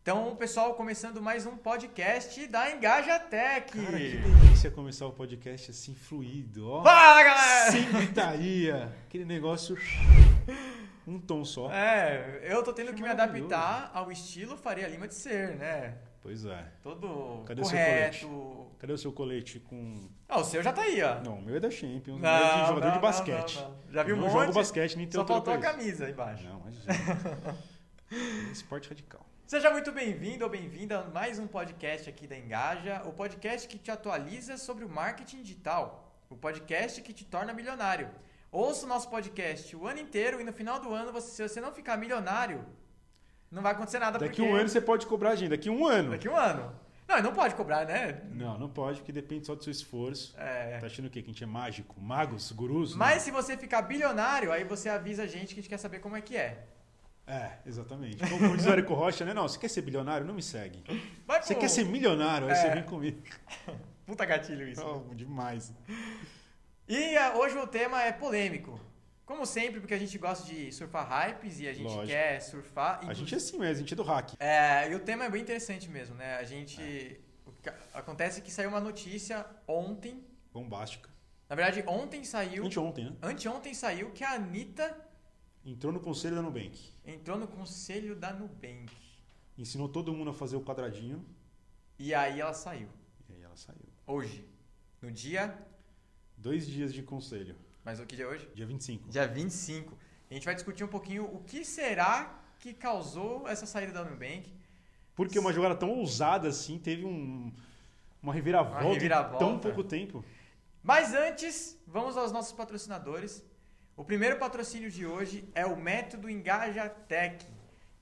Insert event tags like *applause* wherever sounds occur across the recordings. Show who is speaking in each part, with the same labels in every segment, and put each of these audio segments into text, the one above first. Speaker 1: Então, pessoal, começando mais um podcast da Engaja Tech.
Speaker 2: Cara, que delícia começar o podcast assim, fluido, ó.
Speaker 1: Fala, galera!
Speaker 2: Sem gritaria. Aquele negócio. Um tom só.
Speaker 1: É, eu tô tendo
Speaker 2: Que
Speaker 1: que me
Speaker 2: maravilhoso.
Speaker 1: adaptar ao estilo Faria Lima de ser, né?
Speaker 2: Pois é.
Speaker 1: Todo
Speaker 2: Cadê o seu
Speaker 1: correto.
Speaker 2: Cadê o seu colete com.
Speaker 1: Ah, o seu já tá aí, ó.
Speaker 2: Não, o meu é da Champions. o meu é de jogador de basquete.
Speaker 1: não, não. Já viu
Speaker 2: eu
Speaker 1: um
Speaker 2: não
Speaker 1: monte?
Speaker 2: jogo basquete, nem tenho
Speaker 1: Só faltou a
Speaker 2: altura pra
Speaker 1: camisa aí
Speaker 2: isso.
Speaker 1: embaixo.
Speaker 2: Não, mas. é. Esporte radical.
Speaker 1: Seja muito bem-vindo ou bem-vinda a mais um podcast aqui da Engaja, o podcast que te atualiza sobre o marketing digital, o podcast que te torna milionário. Ouça o nosso podcast o ano inteiro e no final do ano, você, se você não ficar milionário, não vai acontecer nada
Speaker 2: Daqui
Speaker 1: porque... é.
Speaker 2: um ano você pode cobrar a gente. Daqui um ano.
Speaker 1: Daqui um ano. Não, e não pode cobrar, né?
Speaker 2: Não, não pode, porque depende só do seu esforço.
Speaker 1: É.
Speaker 2: Tá achando o quê? Que a gente é mágico? Magos? Gurus?
Speaker 1: Mas se você ficar bilionário, aí você avisa a gente que a gente quer saber como é que é.
Speaker 2: É, exatamente. Como diz o Érico Rocha, né? Não, você quer ser bilionário? Não me segue.
Speaker 1: Vai
Speaker 2: Você
Speaker 1: pro-
Speaker 2: quer ser milionário? Aí
Speaker 1: É.
Speaker 2: você vem comigo.
Speaker 1: Puta gatilho isso.
Speaker 2: Oh, demais.
Speaker 1: E ah, hoje o tema é polêmico. Como sempre, porque a gente gosta de surfar hypes e a gente
Speaker 2: Lógico.
Speaker 1: quer surfar.
Speaker 2: A gente é assim mesmo, a gente é do hack.
Speaker 1: É, e o tema é bem interessante mesmo, né? A gente.
Speaker 2: É.
Speaker 1: o que a- Acontece que saiu uma notícia ontem.
Speaker 2: Bombástica.
Speaker 1: Na verdade, ontem saiu.
Speaker 2: Anteontem, né?
Speaker 1: Anteontem saiu que a Anitta
Speaker 2: Entrou no conselho da Nubank.
Speaker 1: entrou no conselho da Nubank.
Speaker 2: Ensinou todo mundo a fazer o quadradinho.
Speaker 1: E aí ela saiu.
Speaker 2: E aí ela saiu.
Speaker 1: Hoje. No dia.
Speaker 2: Dois dias de conselho.
Speaker 1: Mas o que dia é hoje?
Speaker 2: Dia 25.
Speaker 1: Dia 25. A gente vai discutir um pouquinho o que será que causou essa saída da Nubank.
Speaker 2: Porque uma jogada tão ousada assim teve um, uma reviravolta,
Speaker 1: Uma
Speaker 2: em
Speaker 1: reviravolta.
Speaker 2: tão pouco tempo.
Speaker 1: Mas antes, vamos aos nossos patrocinadores. O primeiro patrocínio de hoje é o método Engaja Tech,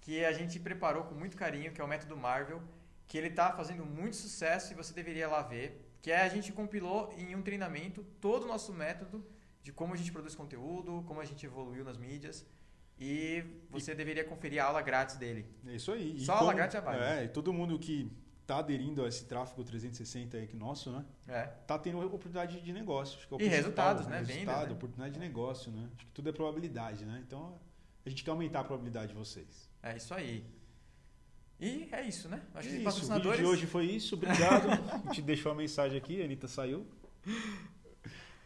Speaker 1: que a gente preparou com muito carinho, que é o método Marvel, que ele está fazendo muito sucesso e você deveria lá ver, que é a gente compilou em um treinamento todo o nosso método de como a gente produz conteúdo, como a gente evoluiu nas mídias e você deveria conferir a aula grátis dele.
Speaker 2: É isso aí.
Speaker 1: Só
Speaker 2: como-
Speaker 1: a lagarta já vale.
Speaker 2: É, e todo mundo que tá aderindo a esse tráfego 360 aí que nosso, né?
Speaker 1: É.
Speaker 2: Tá tendo oportunidade de negócio. Acho que é
Speaker 1: E
Speaker 2: o principal,
Speaker 1: resultados, né? Vendas,
Speaker 2: Resultado,
Speaker 1: né?
Speaker 2: oportunidade de negócio, né? Acho que tudo é probabilidade, né? Então a gente quer aumentar a probabilidade de vocês.
Speaker 1: É isso aí. E é isso, né? Acho que
Speaker 2: É
Speaker 1: os
Speaker 2: isso, o vídeo
Speaker 1: patrocinadores.
Speaker 2: de hoje foi isso, obrigado. *laughs* A gente deixou a mensagem aqui, a Anitta saiu.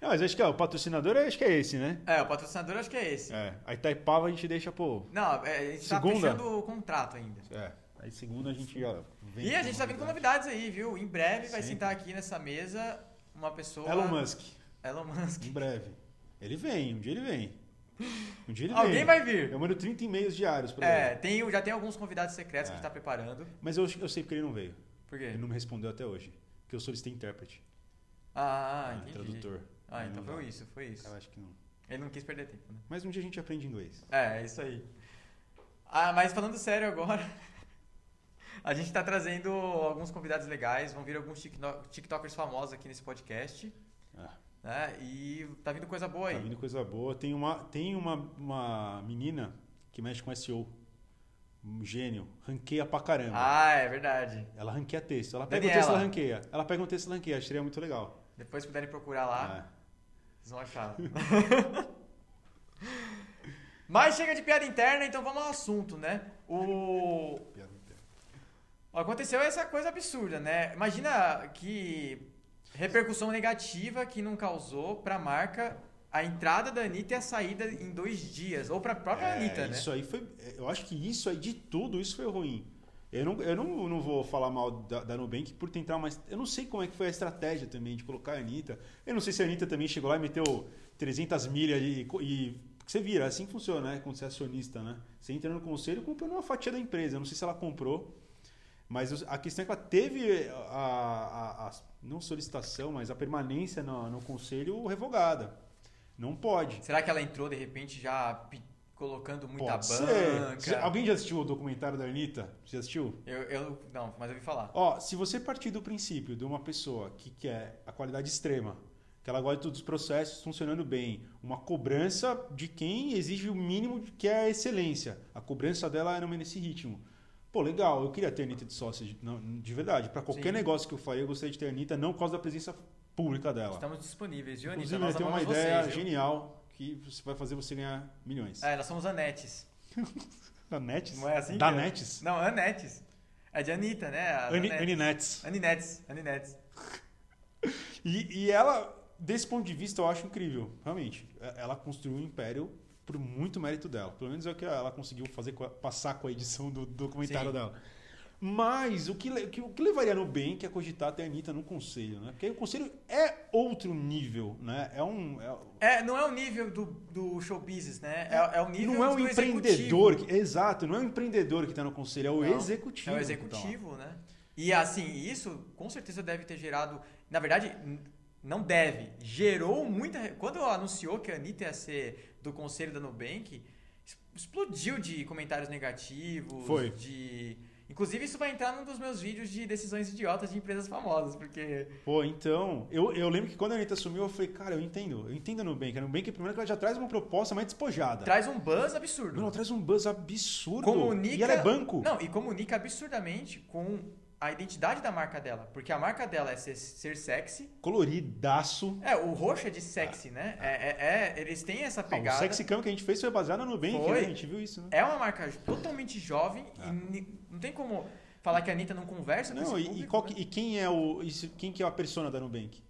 Speaker 2: Não, mas acho que ó, o patrocinador acho que é esse, né?
Speaker 1: É, o patrocinador acho que é esse.
Speaker 2: É. Aí Taipava a gente deixa, pô.
Speaker 1: Não, é, a gente tá
Speaker 2: Segunda?
Speaker 1: fechando o contrato ainda.
Speaker 2: É. Aí segunda a gente, ó, vem
Speaker 1: E a gente tá vindo com novidades aí, viu? Em breve vai
Speaker 2: Sempre.
Speaker 1: sentar aqui nessa mesa uma pessoa.
Speaker 2: Elon Musk,
Speaker 1: Elon Musk.
Speaker 2: em breve. Ele vem, um dia ele vem. Um dia *laughs* ele
Speaker 1: Alguém
Speaker 2: vem.
Speaker 1: vai vir.
Speaker 2: Eu mando 30 e-mails diários pra
Speaker 1: É,
Speaker 2: ele.
Speaker 1: tem, o- já tem alguns convidados secretos que a
Speaker 2: É.
Speaker 1: gente tá preparando.
Speaker 2: Mas eu, eu sei porque ele não veio.
Speaker 1: Por
Speaker 2: Ele
Speaker 1: quê?
Speaker 2: não me respondeu até hoje. Porque eu solicitei intérprete.
Speaker 1: Ah,
Speaker 2: né,
Speaker 1: entendi.
Speaker 2: Tradutor.
Speaker 1: Ah,
Speaker 2: Ele
Speaker 1: então
Speaker 2: não
Speaker 1: foi
Speaker 2: vai.
Speaker 1: isso, foi isso.
Speaker 2: Cara, acho que não.
Speaker 1: Ele não quis perder tempo, né?
Speaker 2: Mas um dia a gente aprende inglês.
Speaker 1: É, é isso aí. Ah, mas falando sério agora, *laughs* a gente tá trazendo alguns convidados legais, vão vir alguns tikno- tiktokers famosos aqui nesse podcast.
Speaker 2: Ah.
Speaker 1: Né? E tá vindo coisa boa aí.
Speaker 2: Tá vindo coisa boa. Tem uma, tem uma, uma menina que mexe com SEO. Um gênio. Ranqueia pra caramba.
Speaker 1: Ah, é verdade.
Speaker 2: Ela ranqueia texto. Ela pega um
Speaker 1: Daniela.
Speaker 2: texto, ela ranqueia. Ela pega um texto, ela ranqueia. Acho que seria muito legal.
Speaker 1: Depois se puderem procurar lá,
Speaker 2: Ah,
Speaker 1: vocês vão achar. *laughs* Mas chega de piada interna, então vamos ao assunto, né? O
Speaker 2: piada interna.
Speaker 1: aconteceu essa coisa absurda, né? Imagina que repercussão negativa que não causou pra marca a entrada da Anitta e a saída em dois dias, ou pra própria
Speaker 2: É,
Speaker 1: Anitta, né?
Speaker 2: isso aí foi. Eu acho que isso aí, de tudo, isso foi ruim. Eu não, eu não, não vou falar mal da, da Nubank por tentar, mas eu não sei como é que foi a estratégia também de colocar a Anitta. Eu não sei se a Anitta também chegou lá e meteu 300 milhas e. co- e- porque você vira, assim que funciona, né? Quando você é acionista, né? Você entra no conselho comprando uma fatia da empresa. Eu não sei se ela comprou, mas os- a questão é que ela teve a, a- a- não solicitação, mas a permanência no, no conselho revogada. Não pode.
Speaker 1: Será que ela entrou de repente já pi- colocando muita
Speaker 2: Pode
Speaker 1: banca?
Speaker 2: ser. Alguém já assistiu o documentário da Anitta? Já assistiu?
Speaker 1: Eu, eu não, mas eu ouvi falar.
Speaker 2: Ó, se você partir do princípio de uma pessoa que quer a qualidade extrema, que ela gosta de todos os processos funcionando bem, uma cobrança de quem exige o mínimo de- que é a excelência. A cobrança dela era nesse ritmo. Pô, legal, eu queria ter a Anitta de sócio, de, não, de verdade. Para qualquer
Speaker 1: Sim.
Speaker 2: negócio que eu faria, eu gostaria de ter a Anitta, não por causa da presença pública dela.
Speaker 1: Estamos disponíveis, viu, Tá, Anitta?
Speaker 2: Inclusive,
Speaker 1: Nós
Speaker 2: ela tem uma
Speaker 1: amamos
Speaker 2: ideia
Speaker 1: vocês, viu?
Speaker 2: genial que você- vai fazer você ganhar milhões.
Speaker 1: É, nós somos Ah, anetes.
Speaker 2: Da Netes?
Speaker 1: Não é assim
Speaker 2: Da
Speaker 1: que é?
Speaker 2: Netes?
Speaker 1: Não, anetes. É de Anitta, né? A
Speaker 2: Ani-
Speaker 1: Nanette.
Speaker 2: Aninetes.
Speaker 1: Aninetes, Aninetes.
Speaker 2: E, e ela, desse ponto de vista, eu acho incrível, realmente. E- Ela construiu um império por muito mérito dela. Pelo menos é o que ela conseguiu fazer com a- passar com a edição do documentário
Speaker 1: Sim.
Speaker 2: dela. Mas o que, le- o que- o que levaria no bem que é cogitar até a Anitta no conselho, né? Porque aí o conselho é outro nível, né? É um. é-
Speaker 1: É, não é o nível do, do show business, né? É, é o nível
Speaker 2: não é um
Speaker 1: do
Speaker 2: empreendedor. que- exato, não é um empreendedor que está no conselho, é o
Speaker 1: Não,
Speaker 2: executivo.
Speaker 1: É o
Speaker 2: que tá lá.
Speaker 1: executivo, né? E assim, isso com certeza deve ter gerado. Na verdade, n- não deve. Gerou muita. Quando anunciou que a Anitta ia ser do conselho da Nubank, es- explodiu de comentários negativos.
Speaker 2: Foi.
Speaker 1: De. Inclusive, isso vai entrar num dos meus vídeos de decisões idiotas de empresas famosas, porque.
Speaker 2: Pô, então, eu, eu lembro que quando a Anitta assumiu, eu falei, cara, eu entendo, eu entendo a Nubank. A Nubank, primeiro, que ela já traz uma proposta mais despojada.
Speaker 1: Traz um buzz absurdo.
Speaker 2: Mano, ela traz um buzz absurdo.
Speaker 1: comunica.
Speaker 2: Tá. E ela é banco.
Speaker 1: Não, e comunica absurdamente com a identidade da marca dela. Porque a marca dela é ser, ser sexy.
Speaker 2: Coloridaço.
Speaker 1: É, o roxo é de sexy, né? É, é- é- eles têm essa
Speaker 2: Ah, o
Speaker 1: pegada.
Speaker 2: sexy cam que a gente fez foi baseado na Nubank,
Speaker 1: Foi.
Speaker 2: né? A gente viu isso, né?
Speaker 1: É uma marca totalmente jovem
Speaker 2: Ah.
Speaker 1: e ni- não tem como falar que a Anitta não conversa com
Speaker 2: Não,
Speaker 1: esse
Speaker 2: e, e
Speaker 1: público,
Speaker 2: qual
Speaker 1: né?
Speaker 2: que- e quem é o. isso- quem que é a persona da Nubank?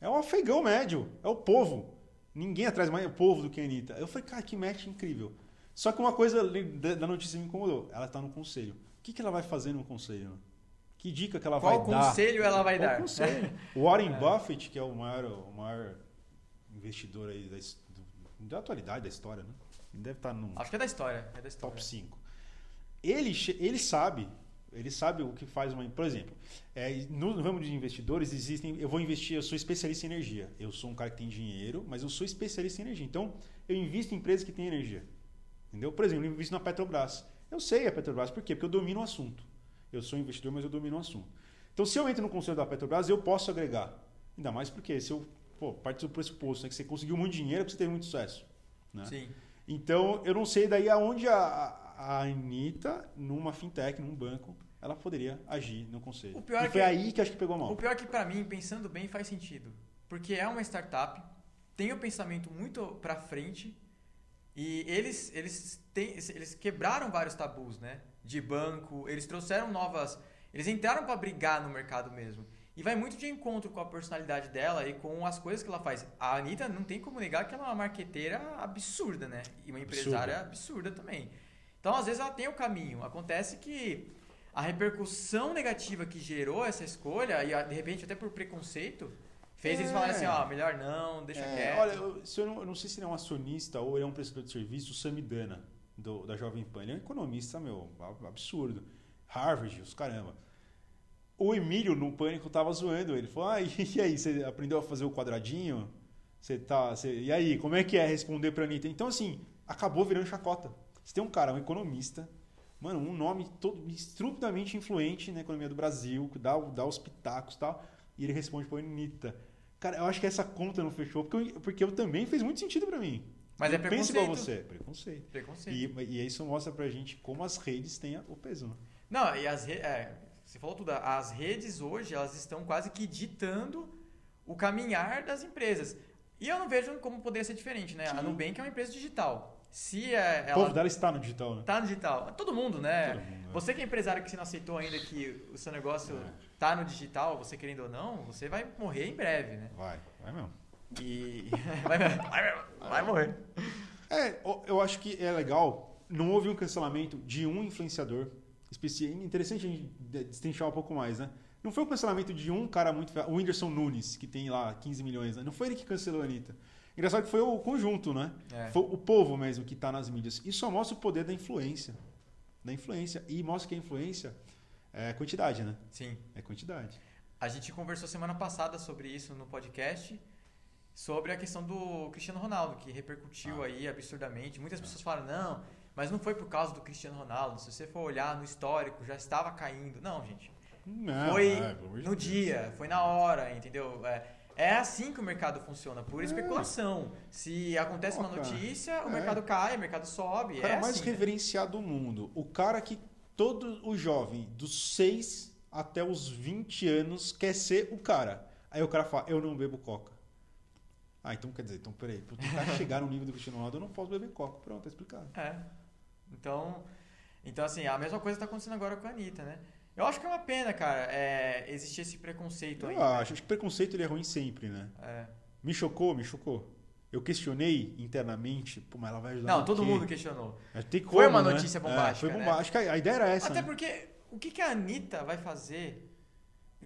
Speaker 2: É o afegão médio, é o povo. Ninguém atrás mais é o povo do que a Anitta. Eu falei, cara, que match incrível. Só que uma coisa ali da da notícia me incomodou. Ela tá no conselho. O que, que ela vai fazer no conselho? né? Que dica que ela
Speaker 1: Qual
Speaker 2: vai dar?
Speaker 1: conselho ela vai
Speaker 2: Qual
Speaker 1: dar? né?
Speaker 2: conselho? O Warren Buffett, que é o maior, o maior investidor aí da, his- do- da atualidade, da história, né? Ele deve estar num
Speaker 1: *laughs* Acho que é da história. É da história.
Speaker 2: top 5. Ele, che- ele sabe, ele sabe o que faz uma. Por exemplo, é, no ramo de investidores existem. Eu vou investir, eu sou especialista em energia. Eu sou um cara que tem dinheiro, mas eu sou especialista em energia. Então, eu invisto em empresas que têm energia. Entendeu? Por exemplo, eu invisto na Petrobras. Eu sei a Petrobras, por quê? Porque eu domino o assunto. Eu sou investidor, mas eu domino o assunto. Então, se eu entro no conselho da Petrobras, eu posso agregar. Ainda mais porque se eu. Pô, parte do pressuposto, né? Que você conseguiu muito dinheiro é porque você teve muito sucesso. Né?
Speaker 1: Sim.
Speaker 2: Então, eu não sei daí aonde a, a Anitta, numa fintech, num banco, ela poderia agir no conselho.
Speaker 1: O pior
Speaker 2: e
Speaker 1: é
Speaker 2: foi
Speaker 1: que-
Speaker 2: aí que acho que pegou
Speaker 1: O
Speaker 2: mal.
Speaker 1: pior é que pra mim, pensando bem, faz sentido. Porque é uma startup, tem o pensamento muito pra frente e eles, eles, têm, eles quebraram vários tabus, né? De banco, eles trouxeram novas... Eles entraram pra brigar no mercado mesmo. E vai muito de encontro com a personalidade dela e com as coisas que ela faz. A Anitta não tem como negar que ela é uma marqueteira absurda, né? E uma
Speaker 2: Absurda.
Speaker 1: empresária absurda também. Então, às vezes, ela tem o caminho. Acontece que a repercussão negativa que gerou essa escolha, e a- de repente até por preconceito, fez eles
Speaker 2: É.
Speaker 1: falarem assim, ó, melhor não, deixa
Speaker 2: É,
Speaker 1: quieto.
Speaker 2: olha, eu, se eu, não, eu não sei se ele é um acionista ou ele é um prestador de serviço, o Samidana, do, da Jovem Pan. Ele é um economista, meu, ab- absurdo. Harvard, os caramba. O Emílio, no Pânico, tava zoando ele. Falou, ah, *laughs* e aí, você aprendeu a fazer o quadradinho? Você tá... você- e aí, como é que é responder pra Anitta? Então, assim, acabou virando chacota. Você tem um cara, um economista, mano, um nome todo estupidamente influente na economia do Brasil, que dá, dá os pitacos e tal, e ele responde pra Anitta. Cara, eu acho que essa conta não fechou, porque eu, porque eu também fez muito sentido pra mim.
Speaker 1: Mas é
Speaker 2: Eu penso igual
Speaker 1: preconceito.
Speaker 2: você. Preconceito.
Speaker 1: Preconceito.
Speaker 2: E, e isso mostra pra gente como as redes têm o peso. né?
Speaker 1: Não, e as redes. você falou tudo. As redes hoje, elas estão quase que ditando o caminhar das empresas. E eu não vejo como poderia ser diferente, né? A
Speaker 2: Sim.
Speaker 1: Nubank é uma empresa digital. Se é,
Speaker 2: O povo
Speaker 1: ela
Speaker 2: dela está no digital, né?
Speaker 1: tá no digital, todo mundo, né?
Speaker 2: Todo mundo, né?
Speaker 1: Você que é empresário que você não aceitou ainda que o seu negócio
Speaker 2: É.
Speaker 1: tá no digital, você querendo ou não, você vai morrer em breve, né?
Speaker 2: Vai, vai mesmo. *laughs*
Speaker 1: E vai, vai- vai morrer.
Speaker 2: É, o- eu acho que é legal. Não houve um cancelamento de um influenciador. especi- Interessante a gente de- destrinchar um pouco mais, né? Não foi um cancelamento de um cara muito. fe- O Whindersson Nunes, que tem lá 15 milhões, né? Não foi ele que cancelou a Anitta. Engraçado que foi o conjunto, né?
Speaker 1: É.
Speaker 2: Foi o povo mesmo que está nas mídias. Isso só mostra o poder da influência. Da influência. E mostra que a influência é quantidade, né?
Speaker 1: Sim.
Speaker 2: É quantidade.
Speaker 1: A gente conversou semana passada sobre isso no podcast, sobre a questão do Cristiano Ronaldo, que repercutiu
Speaker 2: Ah.
Speaker 1: aí absurdamente. Muitas pessoas falaram, não, mas não foi por causa do Cristiano Ronaldo. Se você for olhar no histórico, já estava caindo. Não, gente.
Speaker 2: Não,
Speaker 1: foi
Speaker 2: é, pelo amor de
Speaker 1: no
Speaker 2: Deus.
Speaker 1: dia, foi na hora, entendeu? É, é assim que o mercado funciona, por
Speaker 2: É.
Speaker 1: especulação. Se acontece
Speaker 2: Pô,
Speaker 1: uma
Speaker 2: cara,
Speaker 1: notícia, o
Speaker 2: é.
Speaker 1: mercado cai, o mercado sobe.
Speaker 2: O cara
Speaker 1: é
Speaker 2: mais
Speaker 1: assim, né?
Speaker 2: reverenciado do mundo. O cara que todo o jovem, dos 6 até os 20 anos, quer ser o cara. Aí o cara fala, eu não bebo coca. Ah, então quer dizer, então peraí, pra
Speaker 1: *laughs*
Speaker 2: eu tentar chegar no nível do Cristiano Ronaldo, eu não posso beber coca. Pronto, tá explicado.
Speaker 1: É. Então, então assim, a mesma coisa está acontecendo tá agora com a Anitta, né? Eu acho que é uma pena, cara, é, existir esse preconceito
Speaker 2: Eu
Speaker 1: ainda.
Speaker 2: acho, acho que preconceito ele é ruim sempre, né?
Speaker 1: É.
Speaker 2: Me chocou, me chocou. Eu questionei internamente, pô, mas ela vai ajudar
Speaker 1: Não,
Speaker 2: no
Speaker 1: todo
Speaker 2: quê?
Speaker 1: mundo questionou.
Speaker 2: Mas Tem como,
Speaker 1: Foi uma
Speaker 2: né?
Speaker 1: notícia
Speaker 2: É,
Speaker 1: bombástica,
Speaker 2: foi
Speaker 1: né?
Speaker 2: bombástica. Acho que a, a ideia era essa.
Speaker 1: Até
Speaker 2: né?
Speaker 1: porque o que, que a Anitta vai fazer?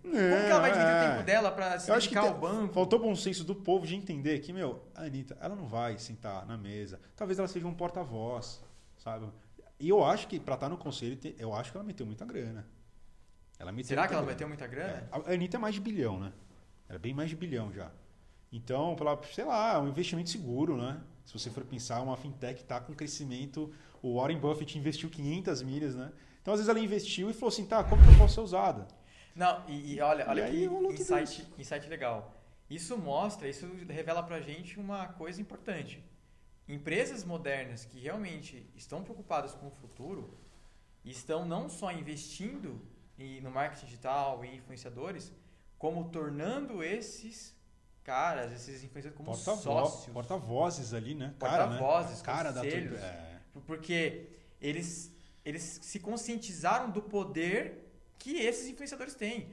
Speaker 2: Como
Speaker 1: Como que ela vai dividir o tempo dela pra se
Speaker 2: É, Eu acho que
Speaker 1: dedicar ao
Speaker 2: te-
Speaker 1: banco?
Speaker 2: faltou bom senso do povo de entender que, meu, a Anitta, ela não vai sentar na mesa. Talvez ela seja um porta-voz, sabe? E eu acho que pra estar no conselho, te- eu acho que ela meteu muita grana. Ela meteu
Speaker 1: Será que ela
Speaker 2: vai
Speaker 1: meteu muita grana?
Speaker 2: A Anitta é mais de bilhão, né? Ela é bem mais de bilhão já. Então, pra, sei lá, é um investimento seguro, né? Se você for pensar, uma fintech tá com crescimento. O Warren Buffett investiu 500 milhas, né? Então, às vezes, ela investiu e falou assim, tá, como que eu posso ser usada?
Speaker 1: Não, e, e olha,
Speaker 2: E
Speaker 1: olha
Speaker 2: aí
Speaker 1: que
Speaker 2: rolou tudo
Speaker 1: insight, insight legal. Isso mostra, isso revela pra gente uma coisa importante. Empresas modernas que realmente estão preocupadas com o futuro estão não só investindo em- no marketing digital e em influenciadores, como tornando esses caras, esses influenciadores, como
Speaker 2: Porta-voz-
Speaker 1: sócios.
Speaker 2: Porta-vozes ali, né? né?
Speaker 1: Porta-vozes,
Speaker 2: Cara da tua-
Speaker 1: conselhos.
Speaker 2: é.
Speaker 1: Porque eles, eles se conscientizaram do poder que esses influenciadores têm.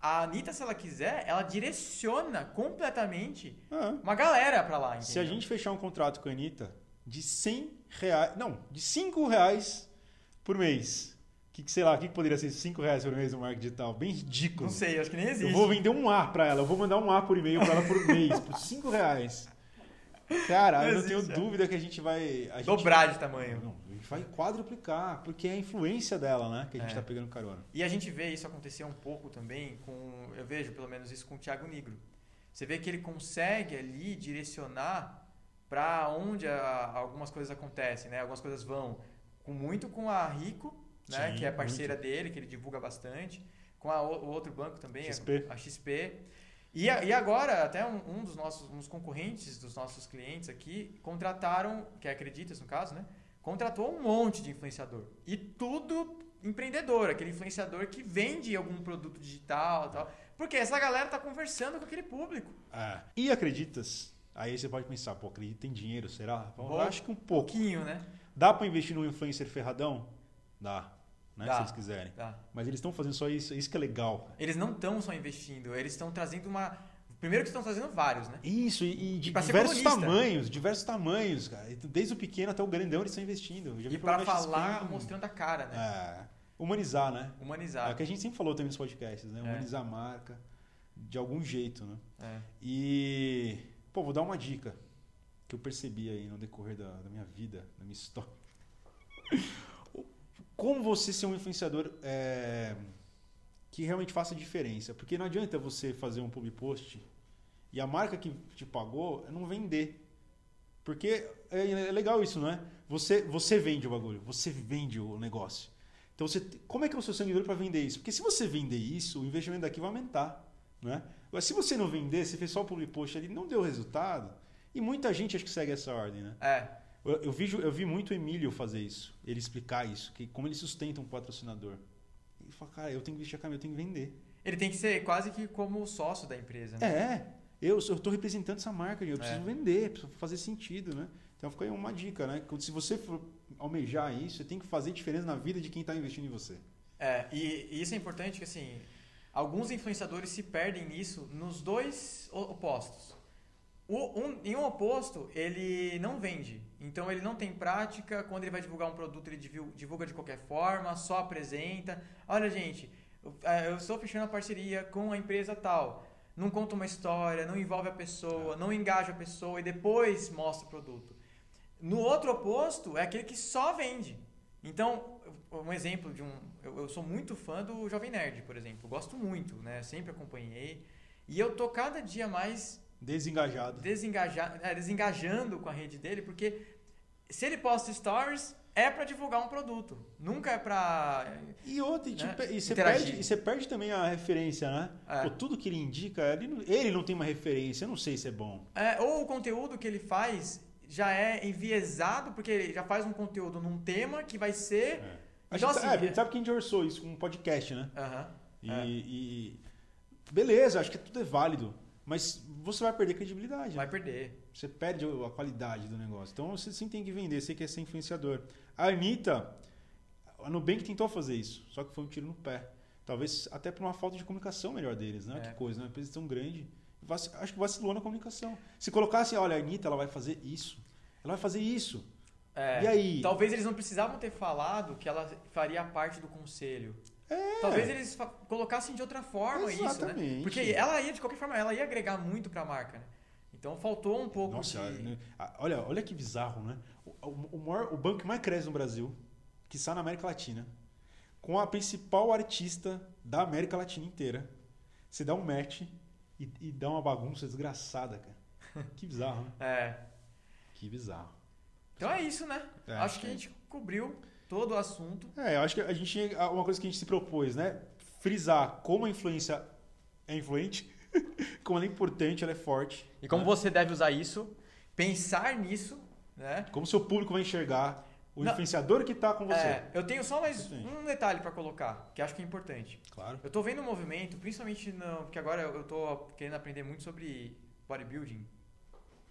Speaker 1: A Anitta, se ela quiser, ela direciona completamente
Speaker 2: Ah,
Speaker 1: uma galera pra lá,
Speaker 2: Se a
Speaker 1: entendeu?
Speaker 2: gente fechar um contrato com a Anitta de 100 reais... Não, de 5 reais por mês. Que, que, sei lá, o que, que poderia ser 5 reais por mês no marketing digital? Bem ridículo.
Speaker 1: Não sei, acho que nem existe.
Speaker 2: Eu vou vender um ar pra ela. Eu vou mandar um ar por e-mail pra ela por mês, por 5 reais. Cara,
Speaker 1: Não
Speaker 2: eu não
Speaker 1: existe,
Speaker 2: tenho
Speaker 1: é.
Speaker 2: dúvida que a gente vai... A gente...
Speaker 1: Dobrar de tamanho.
Speaker 2: Não, a gente vai quadruplicar, porque é a influência dela, né? Que a gente
Speaker 1: É.
Speaker 2: tá pegando carona.
Speaker 1: E a gente vê isso acontecer um pouco também com. Eu vejo pelo menos isso com o Thiago Nigro. Você vê que ele consegue ali direcionar pra onde a- algumas coisas acontecem, né? Algumas coisas vão. Com, muito com a Rico, né?
Speaker 2: Sim,
Speaker 1: que é parceira dele, que ele divulga bastante. Com a, o o outro banco também, a-
Speaker 2: XP.
Speaker 1: a XP. E, a- e agora, até um, um dos nossos uns concorrentes dos nossos clientes aqui contrataram, que é Acreditas no caso, né? Contratou um monte de influenciador. E tudo empreendedor, aquele influenciador que vende algum produto digital e tal. Porque essa galera tá conversando com aquele público. Um
Speaker 2: Ah, e acreditas? Aí você pode pensar, pô, acredita tem dinheiro, será? Eu
Speaker 1: Bom,
Speaker 2: acho que um pouco.
Speaker 1: Pouquinho, né?
Speaker 2: Dá pra investir num influencer ferradão? Dá, né?
Speaker 1: Dá.
Speaker 2: Se eles quiserem.
Speaker 1: Tá.
Speaker 2: Mas eles estão fazendo só isso, isso que é legal.
Speaker 1: Eles não estão só investindo, eles estão trazendo uma. Primeiro que estão trazendo vários, né?
Speaker 2: Isso, e, e de
Speaker 1: E pra ser
Speaker 2: diversos
Speaker 1: colunista. né?
Speaker 2: tamanhos, diversos tamanhos, cara. Desde o pequeno até o grandão eles estão investindo. Eu já vi
Speaker 1: E pra
Speaker 2: programa XP
Speaker 1: falar
Speaker 2: com-
Speaker 1: mostrando a cara, né?
Speaker 2: É, humanizar, né? É o
Speaker 1: Humanizar.
Speaker 2: que a gente sempre falou também nos podcasts, né?
Speaker 1: É.
Speaker 2: Humanizar a marca de algum jeito, né?
Speaker 1: É.
Speaker 2: E, pô, vou dar uma dica que eu percebi aí no decorrer da, da minha vida, da minha *laughs* história. Como você ser um influenciador é, que realmente faça diferença. Porque não adianta você fazer um public post e a marca que te pagou é não vender. Porque é, é legal isso, não é? Você, você vende o bagulho, você vende o negócio. Então, você, como é que é o seu seguidor para vender isso? Porque se você vender isso, o investimento daqui vai aumentar, né? Mas se você não vender, você fez só o public post ali, não deu resultado. E muita gente acho que segue essa ordem, né?
Speaker 1: É.
Speaker 2: Eu, eu vi, ju- eu vi muito o Emílio fazer isso, ele explicar isso, que como ele sustenta um patrocinador. Ele fala, cara, eu tenho que vestir a camisa, eu tenho que vender.
Speaker 1: Ele tem que ser quase que como o sócio da empresa, né?
Speaker 2: É, eu estou representando essa marca, eu
Speaker 1: É.
Speaker 2: preciso vender, preciso fazer sentido, né? Então fica aí uma dica, né? Que Se você for almejar isso, você tem que fazer diferença na vida de quem está investindo em você.
Speaker 1: É, e, e isso é importante que assim, alguns influenciadores se perdem nisso nos dois o- opostos. O- um- em um oposto, ele não vende. Então ele não tem prática, quando ele vai divulgar um produto, ele divu- divulga de qualquer forma, só apresenta. Olha, gente, eu- é, eu estou fechando a parceria com a empresa tal. Não conta uma história, não envolve a pessoa, não engaja a pessoa e depois mostra o produto. No outro oposto é aquele que só vende. Então, um exemplo de um. Eu, eu sou muito fã do Jovem Nerd, por exemplo. Eu Gosto muito, né? Sempre acompanhei. E eu tô cada dia mais
Speaker 2: Desengajado.
Speaker 1: desengaja- é, desengajando com a rede dele, porque se ele posta stories, é pra divulgar um produto. Nunca é pra.
Speaker 2: E outra, e, te
Speaker 1: Né?
Speaker 2: pe- e você
Speaker 1: Interagir.
Speaker 2: perde, e você perde também a referência, né?
Speaker 1: É.
Speaker 2: Pô, tudo que ele indica, ele não, ele não tem uma referência, eu não sei se é bom.
Speaker 1: É, ou o conteúdo que ele faz já é enviesado, porque ele já faz um conteúdo num tema que vai ser.
Speaker 2: A
Speaker 1: Então,
Speaker 2: gente tá
Speaker 1: assim,
Speaker 2: sabe,
Speaker 1: é-
Speaker 2: sabe que a gente orçou isso com um podcast, né?
Speaker 1: Aham.
Speaker 2: E,
Speaker 1: É.
Speaker 2: e- Beleza, acho que tudo é válido. Mas você vai perder credibilidade.
Speaker 1: Vai
Speaker 2: né?
Speaker 1: perder.
Speaker 2: Você perde a qualidade do negócio. Então você sim tem que vender, você quer ser influenciador. A Anitta, a Nubank tentou fazer isso, só que foi um tiro no pé. Talvez até por uma falta de comunicação melhor deles, né?
Speaker 1: É.
Speaker 2: Que coisa, né? Uma empresa tão grande. Vaci- Acho que vacilou na comunicação. Se colocasse, olha, a Anitta, ela vai fazer isso. Ela vai fazer isso.
Speaker 1: É,
Speaker 2: E aí?
Speaker 1: Talvez eles não precisavam ter falado que ela faria parte do conselho. Talvez eles fa- colocassem de outra forma isso, né?
Speaker 2: É. Exatamente.
Speaker 1: Porque ela ia, de qualquer forma, ela ia agregar muito pra marca, né? Então faltou um pouco
Speaker 2: Nossa,
Speaker 1: de...
Speaker 2: né? Ah, olha, olha que bizarro, né? O, o- o maior- o banco que mais cresce no Brasil, que está na América Latina, com a principal artista da América Latina inteira, você dá um match e, e dá uma bagunça desgraçada, cara.
Speaker 1: *laughs*
Speaker 2: Que bizarro, né?
Speaker 1: É.
Speaker 2: Que bizarro.
Speaker 1: Então é isso, né?
Speaker 2: É,
Speaker 1: Acho que a gente cobriu todo o assunto.
Speaker 2: É, eu acho que a gente tinha uma coisa que a gente se propôs, né? Frisar como a influência é influente, *laughs* como ela é importante, ela é forte.
Speaker 1: E como
Speaker 2: né?
Speaker 1: você deve usar isso, pensar nisso, né?
Speaker 2: Como seu público vai enxergar o
Speaker 1: Não.
Speaker 2: influenciador que tá com você.
Speaker 1: É, eu tenho só mais
Speaker 2: Você tem.
Speaker 1: um detalhe pra colocar, que acho que é importante.
Speaker 2: Claro.
Speaker 1: Eu tô vendo um movimento, principalmente no, porque agora eu tô querendo aprender muito sobre bodybuilding,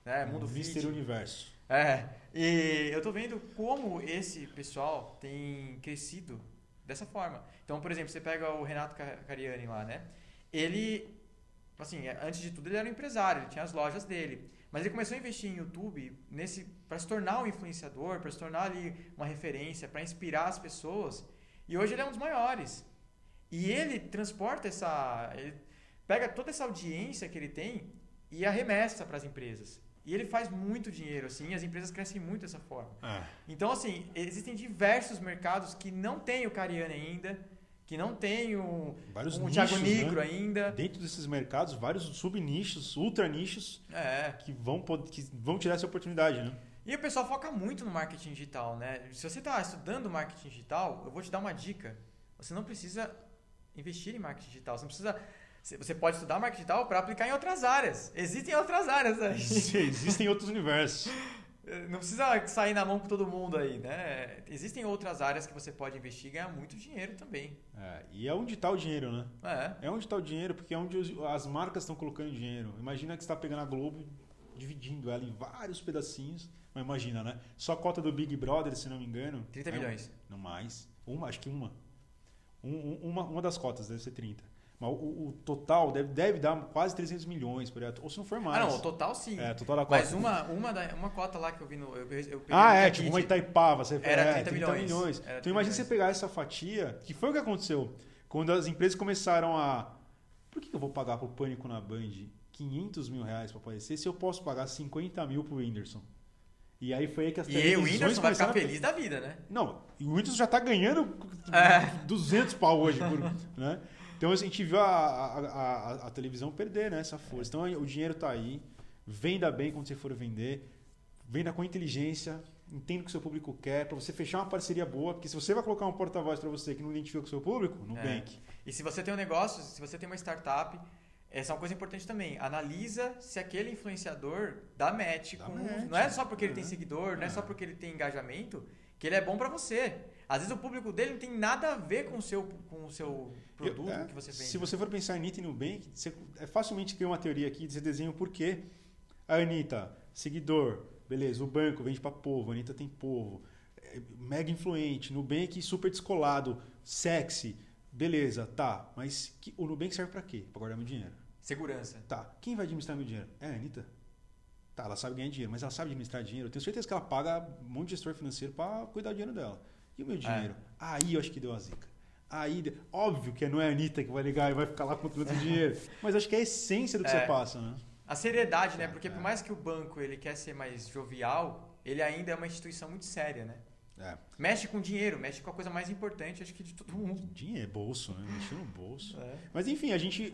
Speaker 1: né, mundo
Speaker 2: Mister
Speaker 1: fit.
Speaker 2: Universo.
Speaker 1: É. E eu tô vendo como esse pessoal tem crescido dessa forma. Então, por exemplo, você pega o Renato Ca- Cariani lá, né? Ele assim, é, antes de tudo ele era um empresário, ele tinha as lojas dele, mas ele começou a investir em YouTube nesse para se tornar um influenciador, para se tornar ali uma referência, para inspirar as pessoas. E hoje ele é um dos maiores. E ele transporta essa, ele pega toda essa audiência que ele tem e arremessa para as empresas. E ele faz muito dinheiro assim, e as empresas crescem muito dessa forma.
Speaker 2: É.
Speaker 1: Então, assim, existem diversos mercados que não tem o Cariani ainda, que não tem o,
Speaker 2: Vários
Speaker 1: o
Speaker 2: nichos,
Speaker 1: Um Thiago é. Nigro
Speaker 2: né?
Speaker 1: ainda.
Speaker 2: Dentro desses mercados, vários sub-nichos, ultra-nichos,
Speaker 1: É.
Speaker 2: que vão, pod- que vão tirar essa oportunidade,
Speaker 1: *laughs*
Speaker 2: né?
Speaker 1: E o pessoal foca muito no marketing digital, né? Se você está estudando marketing digital, eu vou te dar uma dica. Você não precisa investir em marketing digital. Você não precisa. Você pode estudar marketing digital para aplicar em outras áreas. Existem outras áreas aí.
Speaker 2: *laughs* Existem outros universos.
Speaker 1: É, Não precisa sair na mão com todo mundo aí, né? Existem outras áreas que você pode investir e ganhar muito dinheiro também.
Speaker 2: É, e é onde está o dinheiro, né?
Speaker 1: É.
Speaker 2: É onde está o dinheiro, porque é onde os- as marcas estão colocando dinheiro. Imagina que você está pegando a Globo, dividindo ela em vários pedacinhos. Mas imagina, né? Só a cota do Big Brother, se não me engano.
Speaker 1: 30
Speaker 2: é um-
Speaker 1: milhões.
Speaker 2: Não mais. Uma, acho que uma. Um- um- uma, uma das cotas deve ser 30. Mas o, o total deve, deve dar quase 300 milhões, por aí. ou se não for mais.
Speaker 1: Ah, não, o total sim.
Speaker 2: É, total da cota.
Speaker 1: Mas uma, uma, da- uma cota lá que eu vi no. Eu, eu peguei
Speaker 2: Ah,
Speaker 1: no
Speaker 2: é,
Speaker 1: Kakid.
Speaker 2: tipo uma Itaipava, você
Speaker 1: Era
Speaker 2: é,
Speaker 1: 30 milhões. Era
Speaker 2: Então imagina
Speaker 1: 30
Speaker 2: você
Speaker 1: milhões.
Speaker 2: pegar essa fatia, que foi o que aconteceu. Quando as empresas começaram a. Por que que eu vou pagar pro Pânico na Band 500 mil reais pra aparecer se eu posso pagar 50 mil pro Whindersson? E aí foi aí que as
Speaker 1: E o Whindersson vai ficar
Speaker 2: começaram a-
Speaker 1: feliz da vida, né?
Speaker 2: Não, e o Whindersson já tá ganhando
Speaker 1: É.
Speaker 2: 200 pau
Speaker 1: *laughs*
Speaker 2: hoje, por- né? Então assim, a gente viu a, a, a, a televisão perder né, essa força. Então o dinheiro tá aí, venda bem quando você for vender, venda com inteligência, entenda o que seu público quer, para você fechar uma parceria boa, porque se você vai colocar um porta-voz para você que não identifica com o seu público, no
Speaker 1: É.
Speaker 2: bank.
Speaker 1: E se você tem um negócio, se você tem uma startup, essa é uma coisa importante também. Analisa se aquele influenciador dá match
Speaker 2: Dá
Speaker 1: com.
Speaker 2: match.
Speaker 1: Não é só porque ele tem
Speaker 2: É.
Speaker 1: seguidor, não é
Speaker 2: É.
Speaker 1: só porque ele tem engajamento, que ele é bom pra você. Às vezes o público dele não tem nada a ver com o seu, com o seu produto
Speaker 2: Eu- é,
Speaker 1: que você vende.
Speaker 2: Se você for pensar em Anitta e Nubank, você é facilmente cria uma teoria aqui, você desenha o porquê. A Anitta, seguidor, beleza, o banco vende pra povo, a Anitta tem povo, é, mega influente, Nubank super descolado, sexy, beleza, tá, mas que- o Nubank serve pra quê? Pra guardar meu dinheiro.
Speaker 1: Segurança.
Speaker 2: Tá, quem vai administrar meu dinheiro? É a Anitta? Tá, ela sabe ganhar dinheiro, mas ela sabe administrar dinheiro. Eu tenho certeza que ela paga um monte de gestor financeiro pra cuidar do dinheiro dela. E o
Speaker 1: É.
Speaker 2: meu dinheiro? Aí eu acho que deu a zica. Aí, de- óbvio que não é a Anitta que vai ligar e vai ficar
Speaker 1: *laughs*
Speaker 2: lá controlando o dinheiro. Mas acho que é a essência do que
Speaker 1: É.
Speaker 2: você passa, né?
Speaker 1: A seriedade, né?
Speaker 2: É,
Speaker 1: Porque
Speaker 2: é.
Speaker 1: por mais que o banco ele quer ser mais jovial, ele ainda é uma instituição muito séria, né?
Speaker 2: É.
Speaker 1: Mexe com dinheiro, mexe com a coisa mais importante, acho que de todo mundo.
Speaker 2: Dinheiro é bolso, né? Mexer no bolso.
Speaker 1: É.
Speaker 2: Mas enfim, a gente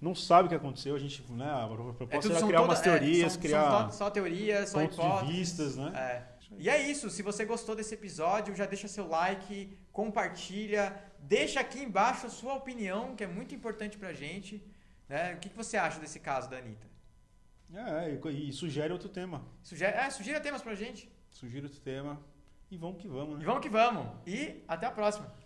Speaker 2: não sabe o que aconteceu. A gente, né? A
Speaker 1: É
Speaker 2: proposta
Speaker 1: tudo,
Speaker 2: era
Speaker 1: são
Speaker 2: criar
Speaker 1: toda-
Speaker 2: umas
Speaker 1: é,
Speaker 2: teorias,
Speaker 1: são-
Speaker 2: criar
Speaker 1: são só, só teorias, só
Speaker 2: pontos
Speaker 1: hipóteses.
Speaker 2: de vistas, né?
Speaker 1: É. E é isso. Se você gostou desse episódio, já deixa seu like, compartilha, deixa aqui embaixo a sua opinião, que é muito importante pra gente. né? O que que você acha desse caso da Anitta?
Speaker 2: É, e, e sugere outro tema.
Speaker 1: Sugere, é, sugira temas pra gente.
Speaker 2: Sugiro outro tema. E vamos que vamos, né?
Speaker 1: E vamos que vamos. E até a próxima.